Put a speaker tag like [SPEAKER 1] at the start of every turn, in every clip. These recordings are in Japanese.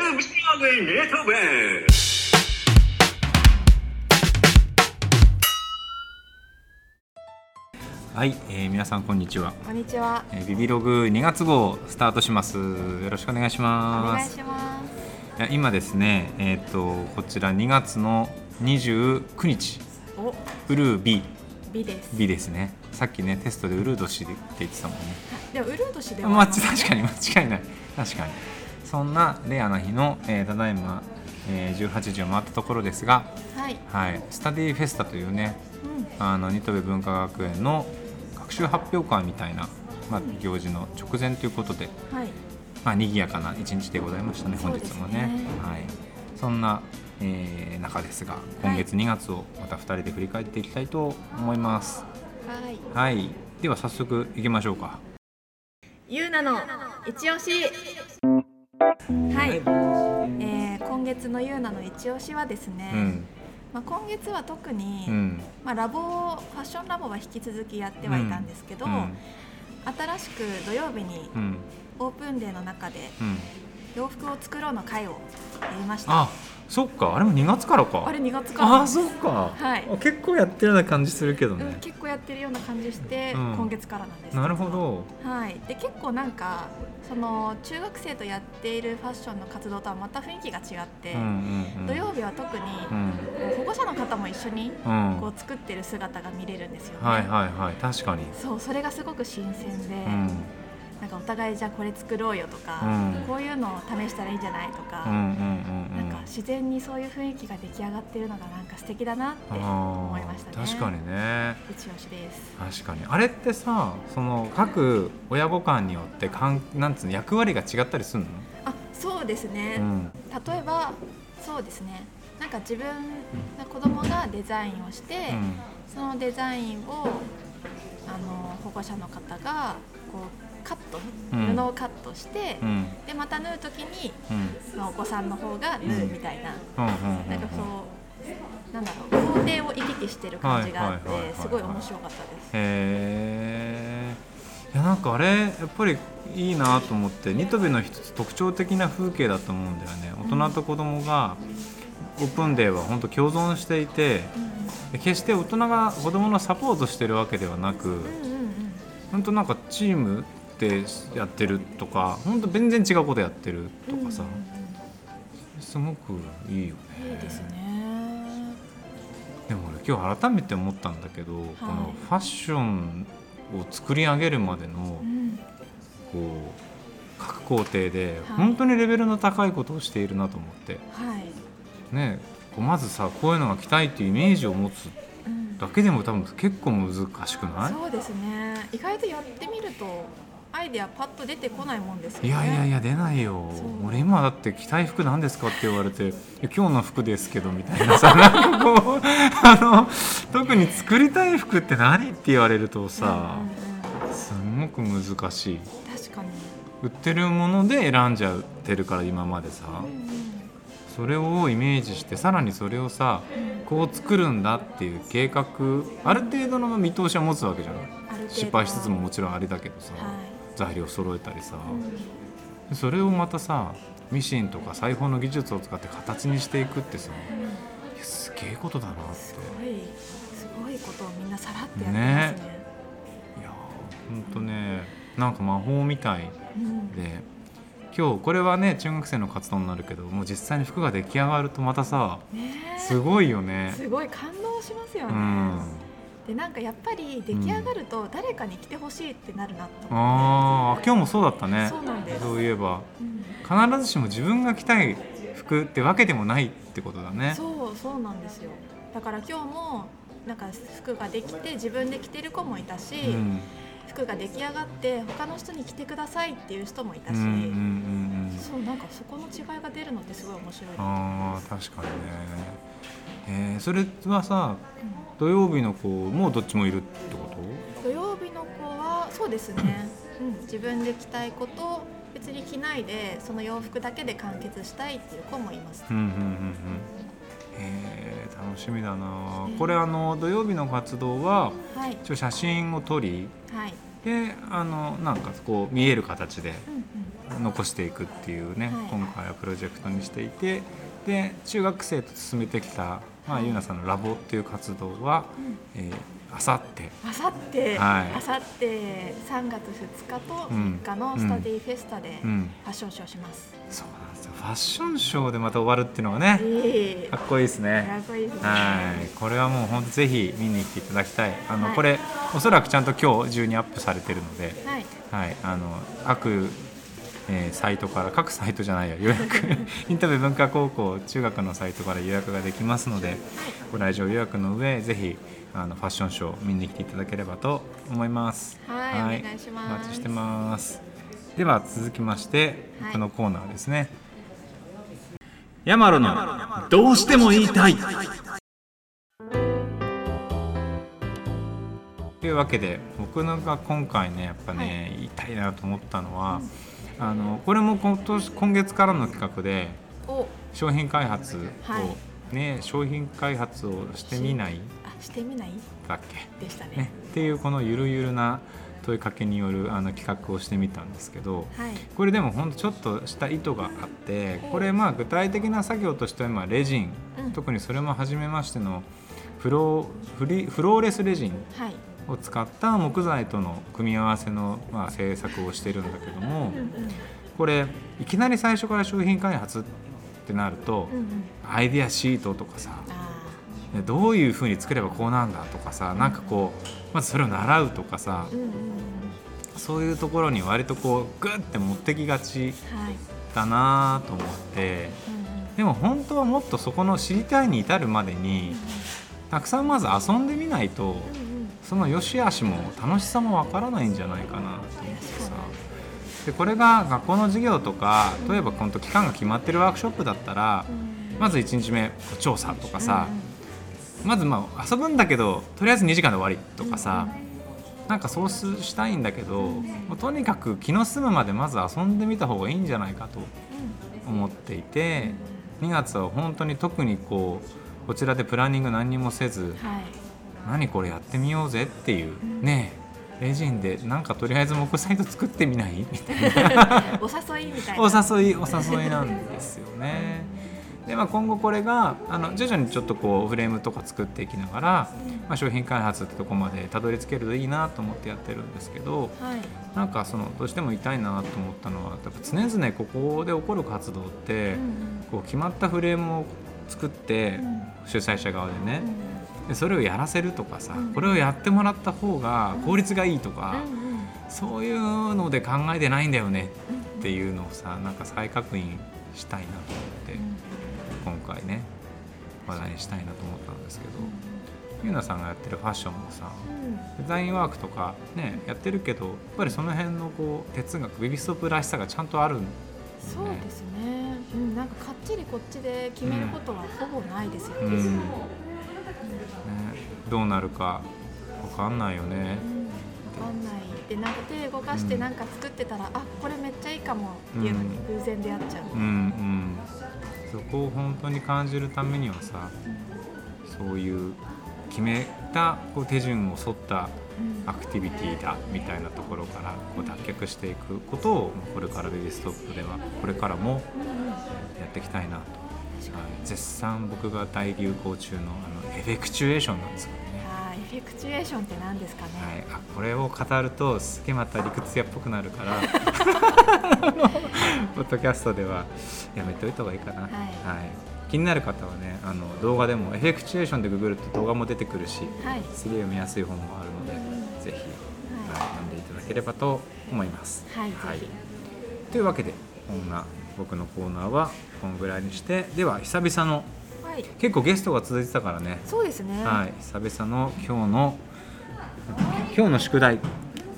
[SPEAKER 1] Belgrave Metal Band.
[SPEAKER 2] はい、えー、皆さんこんにちは、
[SPEAKER 3] こんにちは。
[SPEAKER 2] えー、ビビログ2月号スタートしますよろしくお願いし
[SPEAKER 3] お
[SPEAKER 2] ま
[SPEAKER 3] 願い
[SPEAKER 2] す
[SPEAKER 3] します。
[SPEAKER 2] いや今ですねえっ、とこちら2月の29日
[SPEAKER 3] お、
[SPEAKER 2] ウルービ
[SPEAKER 3] 美です。
[SPEAKER 2] 日ですねさっきねテストでウルー年って言ってたもんね
[SPEAKER 3] でもウルー年では
[SPEAKER 2] ま
[SPEAKER 3] あ
[SPEAKER 2] あ
[SPEAKER 3] りま
[SPEAKER 2] 確
[SPEAKER 3] すね
[SPEAKER 2] かに間違いない確かにそんなレアな日の、えーただいま、えー18時を回ったところですが
[SPEAKER 3] はい。
[SPEAKER 2] はいスタディフェスタというね
[SPEAKER 3] うん。
[SPEAKER 2] あの新渡戸文化学園の学習発表会みたいな、まあ、行事の直前ということで、
[SPEAKER 3] はい。
[SPEAKER 2] まあ、賑やかな一日でございましたね、
[SPEAKER 3] そ
[SPEAKER 2] 本
[SPEAKER 3] うで
[SPEAKER 2] 日
[SPEAKER 3] すね
[SPEAKER 2] もね。はい、そんな、えー中ですが、今月2月をまた2人で振り返っていきたいと思います。
[SPEAKER 3] はい。
[SPEAKER 2] はい、では早速いきましょうか。
[SPEAKER 3] ゆうなの一押し。はい。えー、今月のゆうなの一押しはですね。
[SPEAKER 2] うん、
[SPEAKER 3] まあ今月は特に、
[SPEAKER 2] うん、
[SPEAKER 3] まあラボをファッションラボは引き続きやってはいたんですけど、
[SPEAKER 2] うん、
[SPEAKER 3] 新しく土曜日に
[SPEAKER 2] うん、
[SPEAKER 3] オープンデーの中で
[SPEAKER 2] うん、
[SPEAKER 3] 洋服を作ろうの会をやりました。
[SPEAKER 2] あ、そっか、あれも2月からか。
[SPEAKER 3] あれ2月から
[SPEAKER 2] あ
[SPEAKER 3] なん
[SPEAKER 2] ー、
[SPEAKER 3] です
[SPEAKER 2] そっか。
[SPEAKER 3] はい
[SPEAKER 2] あ結構やってるような感じするけど
[SPEAKER 3] うん
[SPEAKER 2] ね。
[SPEAKER 3] 結構やってるような感じして、
[SPEAKER 2] うん
[SPEAKER 3] 今月からなんですけ
[SPEAKER 2] なるほど。
[SPEAKER 3] はい、で結構なんかその中学生とやっているファッションの活動とはまた雰囲気が違って、
[SPEAKER 2] うん、うん、うん。
[SPEAKER 3] 土曜日は特に、
[SPEAKER 2] うん、
[SPEAKER 3] こう保護者の方も一緒に
[SPEAKER 2] うん。
[SPEAKER 3] こう作ってる姿が見れるんですよね。
[SPEAKER 2] はい、はい、はい、確かに。
[SPEAKER 3] そうそれがすごく新鮮で、
[SPEAKER 2] うん、
[SPEAKER 3] なんかお互いじゃあこれ作ろうよと
[SPEAKER 2] う
[SPEAKER 3] か、
[SPEAKER 2] ん、
[SPEAKER 3] こういうのを試したらいいんじゃないと
[SPEAKER 2] うん、うん、うん、う
[SPEAKER 3] か、
[SPEAKER 2] ん。
[SPEAKER 3] なんか自然にそういう雰囲気が出来上がってるのがなんか素敵だなって
[SPEAKER 2] あ
[SPEAKER 3] 思いました
[SPEAKER 2] ー
[SPEAKER 3] ね。
[SPEAKER 2] 確かにね
[SPEAKER 3] 一押しです。
[SPEAKER 2] 確かにあれってさその各親母間によってかんなんつうの役割が違ったりするの、
[SPEAKER 3] あ、そうですね。
[SPEAKER 2] うん
[SPEAKER 3] 例えばそうですねなんか自分の子供がデザインをして、
[SPEAKER 2] うん
[SPEAKER 3] そのデザインをあの保護者の方がこうカット
[SPEAKER 2] うん
[SPEAKER 3] 布をカットして、
[SPEAKER 2] うん
[SPEAKER 3] でまた縫う時に、
[SPEAKER 2] うん
[SPEAKER 3] まあ、お子さんの方が縫うみたいな、
[SPEAKER 2] うんうん
[SPEAKER 3] なんかそうなんだろう工程を行き来してる感じがあって、
[SPEAKER 2] はいはいはいはいはい
[SPEAKER 3] すごい面白かったです。
[SPEAKER 2] へえいやなんかあれやっぱりいいなと思ってニトベの一つ特徴的な風景だと思うんだよね大人と子供がオープンデーは本当共存していてで決して大人が子供のサポートしてるわけではなく、
[SPEAKER 3] うんうんうんうん
[SPEAKER 2] 本当なんかチームでやってるとか本当全然違うことやってるとかさ、
[SPEAKER 3] うん
[SPEAKER 2] すごくいいよ
[SPEAKER 3] うんうん
[SPEAKER 2] ね
[SPEAKER 3] いいですね。
[SPEAKER 2] でも俺今日改めて思ったんだけど、このファッションを作り上げるまでの
[SPEAKER 3] うん
[SPEAKER 2] こう各工程で
[SPEAKER 3] はい
[SPEAKER 2] 本当にレベルの高いことをしているなと思って、
[SPEAKER 3] はい。
[SPEAKER 2] ねこうまずさこういうのが着たいっていうイメージを持つ
[SPEAKER 3] うん
[SPEAKER 2] だけでも多分結構難しくない
[SPEAKER 3] そうですね意外とやってみるとアイデアパッと出てこないもんですよね
[SPEAKER 2] いやいやい
[SPEAKER 3] や
[SPEAKER 2] や出ないよ
[SPEAKER 3] そう
[SPEAKER 2] 俺今だって着たい服なんですかって言われていや今日の服ですけどみたいなさ なんかこうあの特に作りたい服って何って言われるとさ
[SPEAKER 3] うんうんうん
[SPEAKER 2] すんごく難しい
[SPEAKER 3] 確かに、
[SPEAKER 2] 売ってるもので選んじゃってるから今までさ
[SPEAKER 3] うん
[SPEAKER 2] それをイメージしてさらにそれをさ
[SPEAKER 3] うん
[SPEAKER 2] こう作るんだっていう計画ある程度の見通しは持つわけじゃない
[SPEAKER 3] ある程度
[SPEAKER 2] 失敗しつつももちろんあれだけどさ
[SPEAKER 3] はい
[SPEAKER 2] 材料揃えたりさ、
[SPEAKER 3] うん
[SPEAKER 2] でそれをまたさミシンとか裁縫の技術を使って形にしていくってさいやすげえことだなって
[SPEAKER 3] すごいすごいことをみんなさらってやってますね
[SPEAKER 2] ねいやーほんとねなんか魔法みたい
[SPEAKER 3] うん
[SPEAKER 2] で今日これはね中学生の活動になるけどもう実際に服が出来上がるとまたさ
[SPEAKER 3] ねえ
[SPEAKER 2] すごいよね。
[SPEAKER 3] すごい感動します
[SPEAKER 2] う
[SPEAKER 3] よね、
[SPEAKER 2] ん、
[SPEAKER 3] でなんかやっぱり出来上がると誰かに来てほしいってなるなと思
[SPEAKER 2] あ
[SPEAKER 3] っ
[SPEAKER 2] ー
[SPEAKER 3] て、
[SPEAKER 2] 今日もそうだったね
[SPEAKER 3] そうなんです
[SPEAKER 2] そういえば
[SPEAKER 3] うん
[SPEAKER 2] 必ずしも自分が着たい服ってわけでもないってことだね。
[SPEAKER 3] そうそうなんですよだから今日もなんか服ができて自分で着てる子もいたし、
[SPEAKER 2] うん
[SPEAKER 3] 服が出来上がって他の人に着てくださいっていう人もいた
[SPEAKER 2] うん
[SPEAKER 3] し、
[SPEAKER 2] うんうんうん
[SPEAKER 3] そうなんかそこの違いが出るのってすごい面白いな
[SPEAKER 2] あー確かにね、えーそれはさ土曜日の子もどっちもいるってこ
[SPEAKER 3] 土曜日の子はそうですね、うん、自分で着たい子と別に着ないでその洋服だけで完結したいっていう子もいます、
[SPEAKER 2] とうんうんうんうんえー楽しみだな
[SPEAKER 3] ね
[SPEAKER 2] これあの土曜日の活動は
[SPEAKER 3] はい
[SPEAKER 2] 一応写真を撮り
[SPEAKER 3] はい、
[SPEAKER 2] であのなんかこう見える形で
[SPEAKER 3] うんうん、
[SPEAKER 2] 残していくっていうね、
[SPEAKER 3] はい
[SPEAKER 2] 今回はプロジェクトにしていてで中学生と進めてきた、まあ、ゆうなさんのラボっていう活動は、えー、あさって
[SPEAKER 3] あさって、
[SPEAKER 2] はい
[SPEAKER 3] あさって3月2日と3日のスタディフェスタで
[SPEAKER 2] う
[SPEAKER 3] フ
[SPEAKER 2] ん
[SPEAKER 3] ァッションショーします。
[SPEAKER 2] そうなんですよファッションショーでまた終わるっていうのがね
[SPEAKER 3] ええ
[SPEAKER 2] かっこいいですね。
[SPEAKER 3] かっこいいですね。
[SPEAKER 2] はい、これはもう本当ぜひ見に来ていただきたい。あの、
[SPEAKER 3] はい
[SPEAKER 2] これおそらくちゃんと今日中にアップされてるので、
[SPEAKER 3] はい、
[SPEAKER 2] はい、あの各、えーサイトから各サイトじゃないや予 約インタビュー文化高校中学のサイトから予約ができますので、ご来場予約の上ぜひあのファッションショー見に来ていただければと思います。
[SPEAKER 3] はいお願いします
[SPEAKER 2] お待ちしてます。では続きまして、
[SPEAKER 3] はい
[SPEAKER 2] このコーナーですね。ヤマロのどうしても言いたい。というわけで僕のが今回ねやっぱね、言いたいなと思ったのは、あのこれも今年今月からの企画で
[SPEAKER 3] お
[SPEAKER 2] 商品開発を、
[SPEAKER 3] は
[SPEAKER 2] ね商品開発をしてみない
[SPEAKER 3] あしてみない
[SPEAKER 2] だっけ、
[SPEAKER 3] でしたね。
[SPEAKER 2] ね、っていうこのゆるゆるな問いかけによるあの企画をしてみたんですけど
[SPEAKER 3] はい
[SPEAKER 2] これでもほんとちょっとした意図があって
[SPEAKER 3] お
[SPEAKER 2] これまあ具体的な作業としては今レジン、
[SPEAKER 3] うん
[SPEAKER 2] 特にそれも初めましてのフローフリフローレスレジン
[SPEAKER 3] はい
[SPEAKER 2] を使った木材との組み合わせの、まあ、制作をしてるんだけども
[SPEAKER 3] うんうん
[SPEAKER 2] これいきなり最初から商品開発ってなると、
[SPEAKER 3] うんうん
[SPEAKER 2] アイデアシートとかさ
[SPEAKER 3] あ
[SPEAKER 2] ねどういうふうに作ればこうなんだとかさなんかこうまずそれを習うとかさ
[SPEAKER 3] ーうんうんうん
[SPEAKER 2] そういうところに割とこうグッて持ってきがち
[SPEAKER 3] はい
[SPEAKER 2] だなと思って
[SPEAKER 3] うんうん
[SPEAKER 2] でも本当はもっとそこの知りたいに至るまでにたくさんまず遊んでみないと
[SPEAKER 3] うんうん
[SPEAKER 2] その良し悪しも楽しさもわからないんじゃないかなと思って
[SPEAKER 3] 確
[SPEAKER 2] さ
[SPEAKER 3] か
[SPEAKER 2] でこれが学校の授業とか例えば本当期間が決まってるワークショップだったら
[SPEAKER 3] うん
[SPEAKER 2] まず1日目調査とかさ
[SPEAKER 3] うんうん
[SPEAKER 2] まずまあ遊ぶんだけどとりあえず2時間で終わりとかさなんかそうすしたいんだけどもうとにかく気の済むまでまず遊んでみた方がいいんじゃないかと思っていて2月は本当に特にこうこちらでプランニング何にもせず
[SPEAKER 3] はい
[SPEAKER 2] 何これやってみようぜっていうねえレジンでなんかとりあえず木材と作ってみないみたいな
[SPEAKER 3] お誘いみたいな
[SPEAKER 2] お誘いお誘いなんですよね。でまあ、今後これがあの徐々にちょっとこうフレームとか作っていきながら、まあ、商品開発ってとこまでたどり着けるといいなと思ってやってるんですけど
[SPEAKER 3] はい
[SPEAKER 2] なんかそのどうしても痛いなと思ったのはやっぱ常々ここで起こる活動って、
[SPEAKER 3] うん
[SPEAKER 2] こう決まったフレームを作って、
[SPEAKER 3] うんうん
[SPEAKER 2] 主催者側でね
[SPEAKER 3] うん、
[SPEAKER 2] でそれをやらせるとかさ、
[SPEAKER 3] うん
[SPEAKER 2] これをやってもらった方が効率がいいとか、
[SPEAKER 3] うんうん
[SPEAKER 2] そういうので考えてないんだよねっていうのをさなんか再確認したいなと
[SPEAKER 3] うん
[SPEAKER 2] 思って今回ね話題にしたいなと思ったんですけどゆうなさんがやってるファッションもさ
[SPEAKER 3] うん
[SPEAKER 2] デザインワークとかねやってるけどやっぱりその辺のこう哲学ベビストップらしさがちゃんとあるん
[SPEAKER 3] そうですね、うん、なんかかっちりこっちで決めることはほぼないですよね。
[SPEAKER 2] うんね、どうなるか分かんないよね。
[SPEAKER 3] わかんないでなんか手動かしてなんか作ってたら、あこれめっちゃいいかもっていうのに偶然出会っちゃう、
[SPEAKER 2] うんうん、そこを本当に感じるためにはさそういう決めたこう手順を沿った
[SPEAKER 3] うん
[SPEAKER 2] アクティビティだみたいなところからこう脱却していくことをまあこれから「ベビーストップ」ではこれからも
[SPEAKER 3] うんうん
[SPEAKER 2] やっていきたいなと、はい、絶賛僕が大流行中のあのエフェクチュエーションなんですけどね、
[SPEAKER 3] あーエフェクチュエーションって何ですかね、
[SPEAKER 2] はい、あこれを語るとすげえまた理屈屋っぽくなる からポッドキャストではやめておいた方がいいかな、
[SPEAKER 3] い
[SPEAKER 2] 気になる方はねあの動画でもエフェクチュエーションでググると動画も出てくるし
[SPEAKER 3] はい
[SPEAKER 2] すげえ読みやすい本もあるので、
[SPEAKER 3] うん
[SPEAKER 2] ぜひ、
[SPEAKER 3] はい
[SPEAKER 2] はい読んでいただければと思います。
[SPEAKER 3] はいぜ
[SPEAKER 2] というわけでこんな僕のコーナーはこんぐらいにしてでは久々の
[SPEAKER 3] はい、
[SPEAKER 2] 結構ゲストが続いてたからね、
[SPEAKER 3] そうですね、
[SPEAKER 2] はい、久々の今日の今日の宿題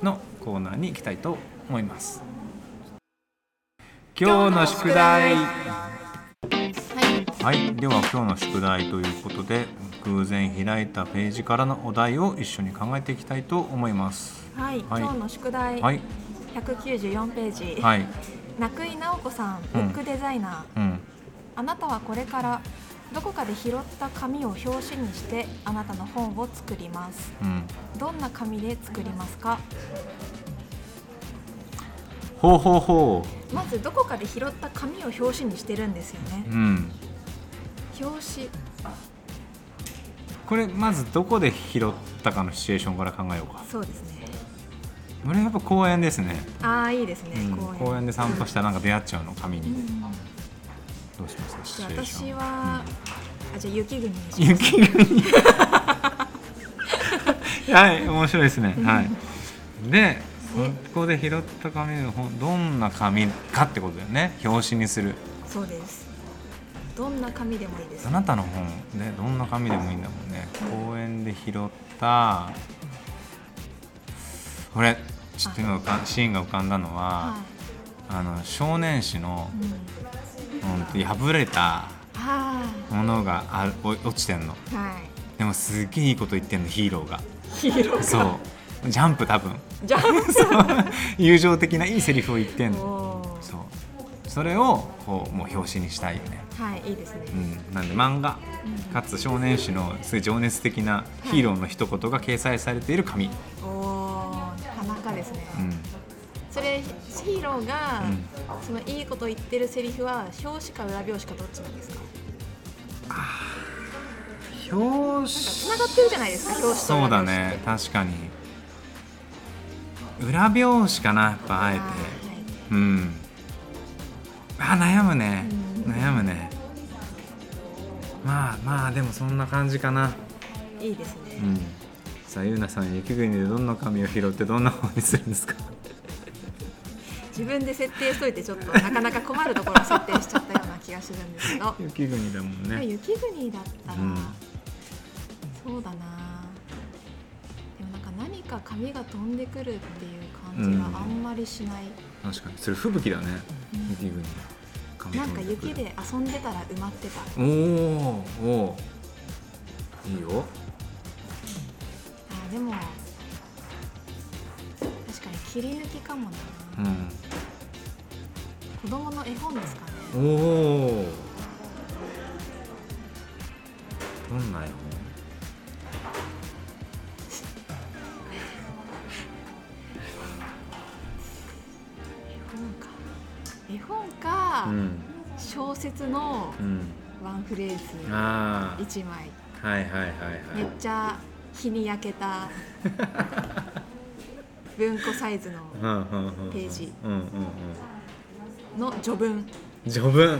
[SPEAKER 2] のコーナーに行きたいと思います。今日の宿題
[SPEAKER 3] はい
[SPEAKER 2] はい、では今日の宿題ということで偶然開いたページからのお題を一緒に考えていきたいと思います。
[SPEAKER 3] はい
[SPEAKER 2] はい
[SPEAKER 3] 今日の宿題、
[SPEAKER 2] はい、
[SPEAKER 3] 194ページ、
[SPEAKER 2] はい、
[SPEAKER 3] 中井直子さんブ
[SPEAKER 2] うん
[SPEAKER 3] ックデザイナー、
[SPEAKER 2] うん、
[SPEAKER 3] あなたはこれからどこかで拾った紙を表紙にしてあなたの本を作ります
[SPEAKER 2] うん、
[SPEAKER 3] どんな紙で作りますか
[SPEAKER 2] ほうほうほ
[SPEAKER 3] まずどこかで拾った紙を表紙にしてるんですよね
[SPEAKER 2] ううん
[SPEAKER 3] 表紙
[SPEAKER 2] これまずどこで拾ったかのシチュエーションから考えようか
[SPEAKER 3] そうですね
[SPEAKER 2] 俺やっぱ公園ですね、
[SPEAKER 3] ああいいですね、
[SPEAKER 2] うん
[SPEAKER 3] 公園
[SPEAKER 2] 公園で散歩したらなんか出会っちゃうの紙
[SPEAKER 3] う
[SPEAKER 2] に、
[SPEAKER 3] ん
[SPEAKER 2] どうしますシチ
[SPEAKER 3] じゃ
[SPEAKER 2] ュ
[SPEAKER 3] あ
[SPEAKER 2] エーション
[SPEAKER 3] 私は、あじゃあ雪国にします
[SPEAKER 2] 雪国はい面白いですね、
[SPEAKER 3] うん
[SPEAKER 2] はいでそこで拾った紙の本どんな紙かってことだよね表紙にする
[SPEAKER 3] そうですどんな紙でもいいです
[SPEAKER 2] あなたの本ねどんな紙でもいいんだもんね公園で拾ったこれちょっと今浮かんシーンが浮かんだのは
[SPEAKER 3] は
[SPEAKER 2] あの少年誌の
[SPEAKER 3] い、、うん、
[SPEAKER 2] うんと、破れた
[SPEAKER 3] あ
[SPEAKER 2] ものがあるお落ちてんの
[SPEAKER 3] ーはい
[SPEAKER 2] でもすっげえいいこと言ってんのヒーローが
[SPEAKER 3] ヒーロー
[SPEAKER 2] そうジャンプ多分
[SPEAKER 3] じゃ
[SPEAKER 2] そう友情的ないいセリフを言ってん
[SPEAKER 3] あ
[SPEAKER 2] の
[SPEAKER 3] おー
[SPEAKER 2] そうそれをこうもう表紙にしたいよね
[SPEAKER 3] はいいいですね、
[SPEAKER 2] うんなんで漫画
[SPEAKER 3] うん
[SPEAKER 2] かつ少年誌のすごい情熱的なヒーローの一言が掲載されている紙、
[SPEAKER 3] おおなかなかですね、
[SPEAKER 2] うん、
[SPEAKER 3] それヒーローが、
[SPEAKER 2] う
[SPEAKER 3] そのいいこと言ってるセリフは表紙か裏表紙かどっちなんですか
[SPEAKER 2] 表紙
[SPEAKER 3] つながってるじゃないですか表紙と
[SPEAKER 2] そう
[SPEAKER 3] 裏
[SPEAKER 2] だ
[SPEAKER 3] 表紙って
[SPEAKER 2] ね確かに裏表紙かなやっぱあえて
[SPEAKER 3] あ
[SPEAKER 2] うんあ悩むね
[SPEAKER 3] うん
[SPEAKER 2] 悩むねまあまあでもそんな感じかな
[SPEAKER 3] ーはいいいですね、
[SPEAKER 2] うんさあゆうなさん雪国でどんな紙を拾ってどんな本にするんですか
[SPEAKER 3] 自分で設定しといてちょっとなかなか困るところを設定しちゃったような気がするんですけど
[SPEAKER 2] 雪国だもんね
[SPEAKER 3] 雪国だったら、
[SPEAKER 2] うん
[SPEAKER 3] そうだなでもなんか何か紙が飛んでくるっていう感
[SPEAKER 2] う
[SPEAKER 3] じ
[SPEAKER 2] ん
[SPEAKER 3] があんまりしない、
[SPEAKER 2] 確かにそれ吹雪だね
[SPEAKER 3] うん
[SPEAKER 2] 雪国紙
[SPEAKER 3] なん
[SPEAKER 2] 飛
[SPEAKER 3] か
[SPEAKER 2] でくる
[SPEAKER 3] 雪で遊んでたら埋まってたあ
[SPEAKER 2] おーおーいいよ
[SPEAKER 3] ーでも確かに切り抜きかもな、
[SPEAKER 2] うん
[SPEAKER 3] 子供の絵本ですかね
[SPEAKER 2] おおどんな絵
[SPEAKER 3] 絵本か絵本か、
[SPEAKER 2] 本ん
[SPEAKER 3] 小説の
[SPEAKER 2] うん
[SPEAKER 3] ワンフレーズ
[SPEAKER 2] あ
[SPEAKER 3] 1枚
[SPEAKER 2] あはいはいはい
[SPEAKER 3] めっ
[SPEAKER 2] は
[SPEAKER 3] ちゃ日に焼けた文庫サイズの
[SPEAKER 2] いうんうんうんうん
[SPEAKER 3] ページ
[SPEAKER 2] うんうんうん
[SPEAKER 3] の序文
[SPEAKER 2] 序文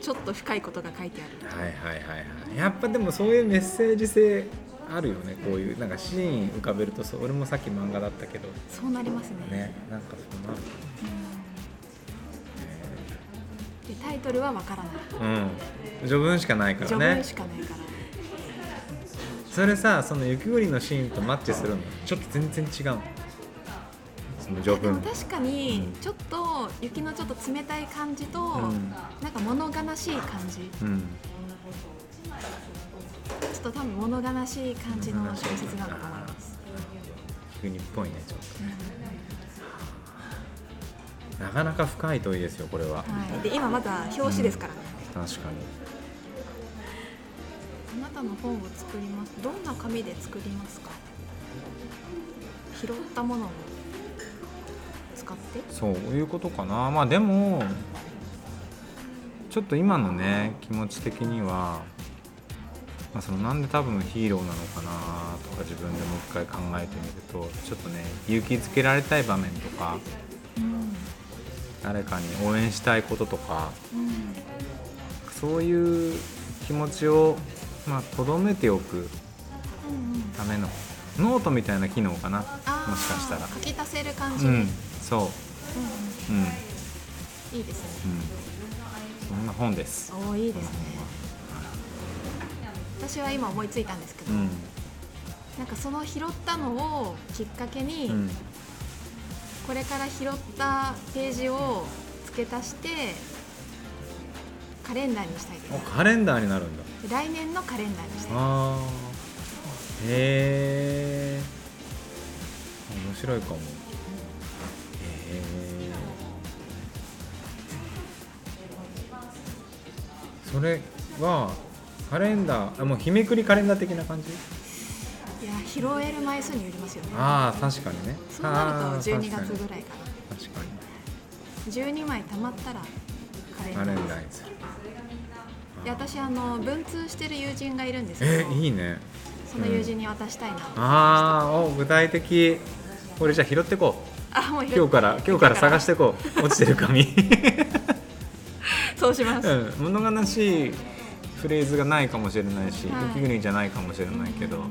[SPEAKER 3] ちょっと深いことが書いてある
[SPEAKER 2] はいはいはいはいやっぱでもそういうメッセージ性あるよねこういうなんかシーン浮かべるとそう俺もさっき漫画だったけど
[SPEAKER 3] そうなりますね
[SPEAKER 2] ねなんかそうなる
[SPEAKER 3] でタイトルはわからない
[SPEAKER 2] うん序文しかないから
[SPEAKER 3] 序文
[SPEAKER 2] ね
[SPEAKER 3] しかないから、
[SPEAKER 2] それさその雪国のシーンとマッチするのちょっと全然違うのその序
[SPEAKER 3] でも
[SPEAKER 2] 文
[SPEAKER 3] 確かにちょっと雪のちょっと冷たい感じと、
[SPEAKER 2] うん
[SPEAKER 3] なんか物悲しい感じち
[SPEAKER 2] うん
[SPEAKER 3] ょっと多分物悲しい感じの小説なのかな
[SPEAKER 2] 急にっぽいねちょっとなかなか深い問いですよこれは
[SPEAKER 3] はい、で今まだ表紙ですからね、
[SPEAKER 2] 確かに
[SPEAKER 3] あなたの本を作りますどんな紙で作りますか拾ったものを使って
[SPEAKER 2] そういうことかなまあでもちょっと今のね気持ち的には、まあ、そのなんで多分ヒーローなのかなとか自分でもう一回考えてみるとちょっとね勇気づけられたい場面とか
[SPEAKER 3] うん、
[SPEAKER 2] 誰かに応援したいこととか
[SPEAKER 3] うん、
[SPEAKER 2] そういう気持ちをまあとどめておく
[SPEAKER 3] うんうん
[SPEAKER 2] ためのノートみたいな機能かなもし
[SPEAKER 3] あー
[SPEAKER 2] かしたら
[SPEAKER 3] 書き足せる感じ
[SPEAKER 2] う
[SPEAKER 3] ね、うん
[SPEAKER 2] んそううんうん
[SPEAKER 3] うんいいですね
[SPEAKER 2] そんな本です
[SPEAKER 3] おおいいですね私は今思いついたんですけど、
[SPEAKER 2] うん
[SPEAKER 3] なんかその拾ったのをきっかけに、
[SPEAKER 2] うん
[SPEAKER 3] これから拾ったページを付け足してカレンダーにしたいです
[SPEAKER 2] おカレンダーになるんだ
[SPEAKER 3] 来年のカレンダーにしたい
[SPEAKER 2] あーへえ面白いかもへえそれはカレンダーあもう日めくりカレンダー的な感じ
[SPEAKER 3] いや拾える枚数によりますよね
[SPEAKER 2] ああ確かにね
[SPEAKER 3] そうなると12
[SPEAKER 2] あー
[SPEAKER 3] 月
[SPEAKER 2] 確
[SPEAKER 3] ぐ
[SPEAKER 2] から
[SPEAKER 3] いかな
[SPEAKER 2] に確か
[SPEAKER 3] 12枚貯まったらカレン
[SPEAKER 2] に
[SPEAKER 3] ダ
[SPEAKER 2] カレ
[SPEAKER 3] ー
[SPEAKER 2] ンダーにする
[SPEAKER 3] で私あの文通してる友人がいるんですけ
[SPEAKER 2] え
[SPEAKER 3] ど
[SPEAKER 2] いいね
[SPEAKER 3] その友人に渡したいなと、
[SPEAKER 2] ああお具体的これじゃあ拾ってこう
[SPEAKER 3] あもう拾っ
[SPEAKER 2] 今日から今日から探しててこう落ちてる紙
[SPEAKER 3] そうします、
[SPEAKER 2] うん物悲しいフレーズがないかもしれないし
[SPEAKER 3] はい
[SPEAKER 2] 雪国じゃないかもしれないけど、
[SPEAKER 3] うん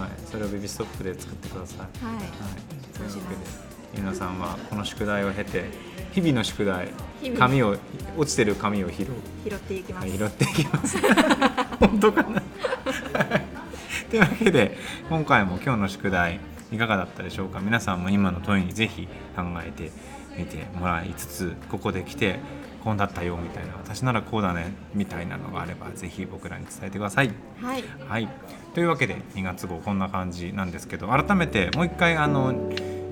[SPEAKER 2] はい、それをベビーストップで作ってくださいはい
[SPEAKER 3] はい、
[SPEAKER 2] というわけ
[SPEAKER 3] そうしま
[SPEAKER 2] ですゆなさんはこの宿題を経て日々の宿題
[SPEAKER 3] 日々
[SPEAKER 2] 紙を落ちてる紙を拾う
[SPEAKER 3] 拾っていきま
[SPEAKER 2] は
[SPEAKER 3] す、
[SPEAKER 2] い拾っていきます 本当かな というわけで今回も今日の宿題いかがだったでしょうか皆さんも今の問いにぜひ考えてみてもらいつつここで来てこうだったよみたいな私ならこうだねみたいなのがあればぜひ僕らに伝えてください。
[SPEAKER 3] はい
[SPEAKER 2] はい、というわけで2月号こんな感じなんですけど改めてもう一回あの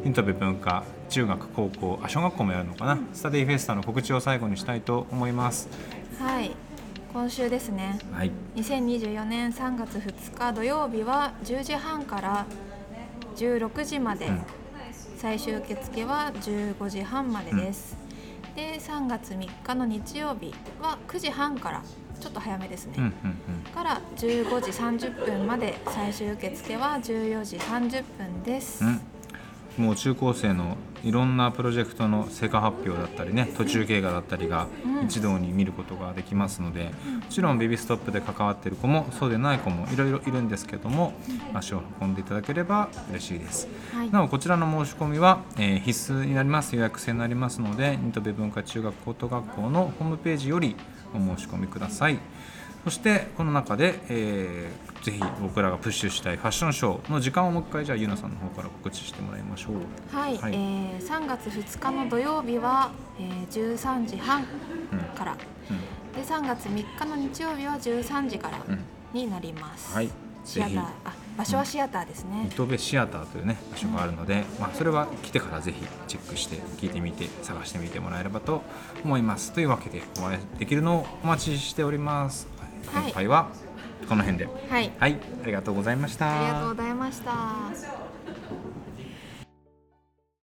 [SPEAKER 2] インタビュー文化中学高校あ小学校もやるのかな、スタディフェスタの告知を最後にしたいと思います。
[SPEAKER 3] はい今週ですね
[SPEAKER 2] はい、
[SPEAKER 3] 2024年3月2日土曜日は10時半から16時まで、
[SPEAKER 2] うん
[SPEAKER 3] 最終受付は15時半までです、で3月3日の日曜日は9時半からちょっと早めですね、
[SPEAKER 2] うんうん
[SPEAKER 3] から15時30分まで最終受付は14時30分です、
[SPEAKER 2] うん、うん、もう中高生のいろんなプロジェクトの成果発表だったりね途中経過だったりが
[SPEAKER 3] うん
[SPEAKER 2] 一堂に見ることができますので、もちろん「ベビーストップ」で関わってる子もそうでない子もいろいろいるんですけども足を運んでいただければ嬉しいです。
[SPEAKER 3] はい
[SPEAKER 2] なおこちらの申し込みは、えー必須になります予約制になりますので新渡戸文化中学高等学校のホームページよりお申し込みくださいそしてこの中で、えーぜひ僕らがプッシュしたいファッションショーの時間をもう一回じゃあゆなさんの方から告知してもらいましょう
[SPEAKER 3] はい、
[SPEAKER 2] はい
[SPEAKER 3] えー3月2日の土曜日は、えー13時半から、
[SPEAKER 2] う
[SPEAKER 3] で3月3日の日曜日は13時から
[SPEAKER 2] うん
[SPEAKER 3] になります、
[SPEAKER 2] はい
[SPEAKER 3] シアタ
[SPEAKER 2] ぜ
[SPEAKER 3] ー
[SPEAKER 2] ひ
[SPEAKER 3] あ場所はシアターですね
[SPEAKER 2] 水、戸部シアターというね場所があるので、まあ、それは来てからぜひチェックして聞いてみて探してみてもらえればと思いますというわけでお会いできるのをお待ちしております、
[SPEAKER 3] はい
[SPEAKER 2] 今回はこの辺で
[SPEAKER 3] はい
[SPEAKER 2] はい、ありがとうございました。
[SPEAKER 3] ありがとうございました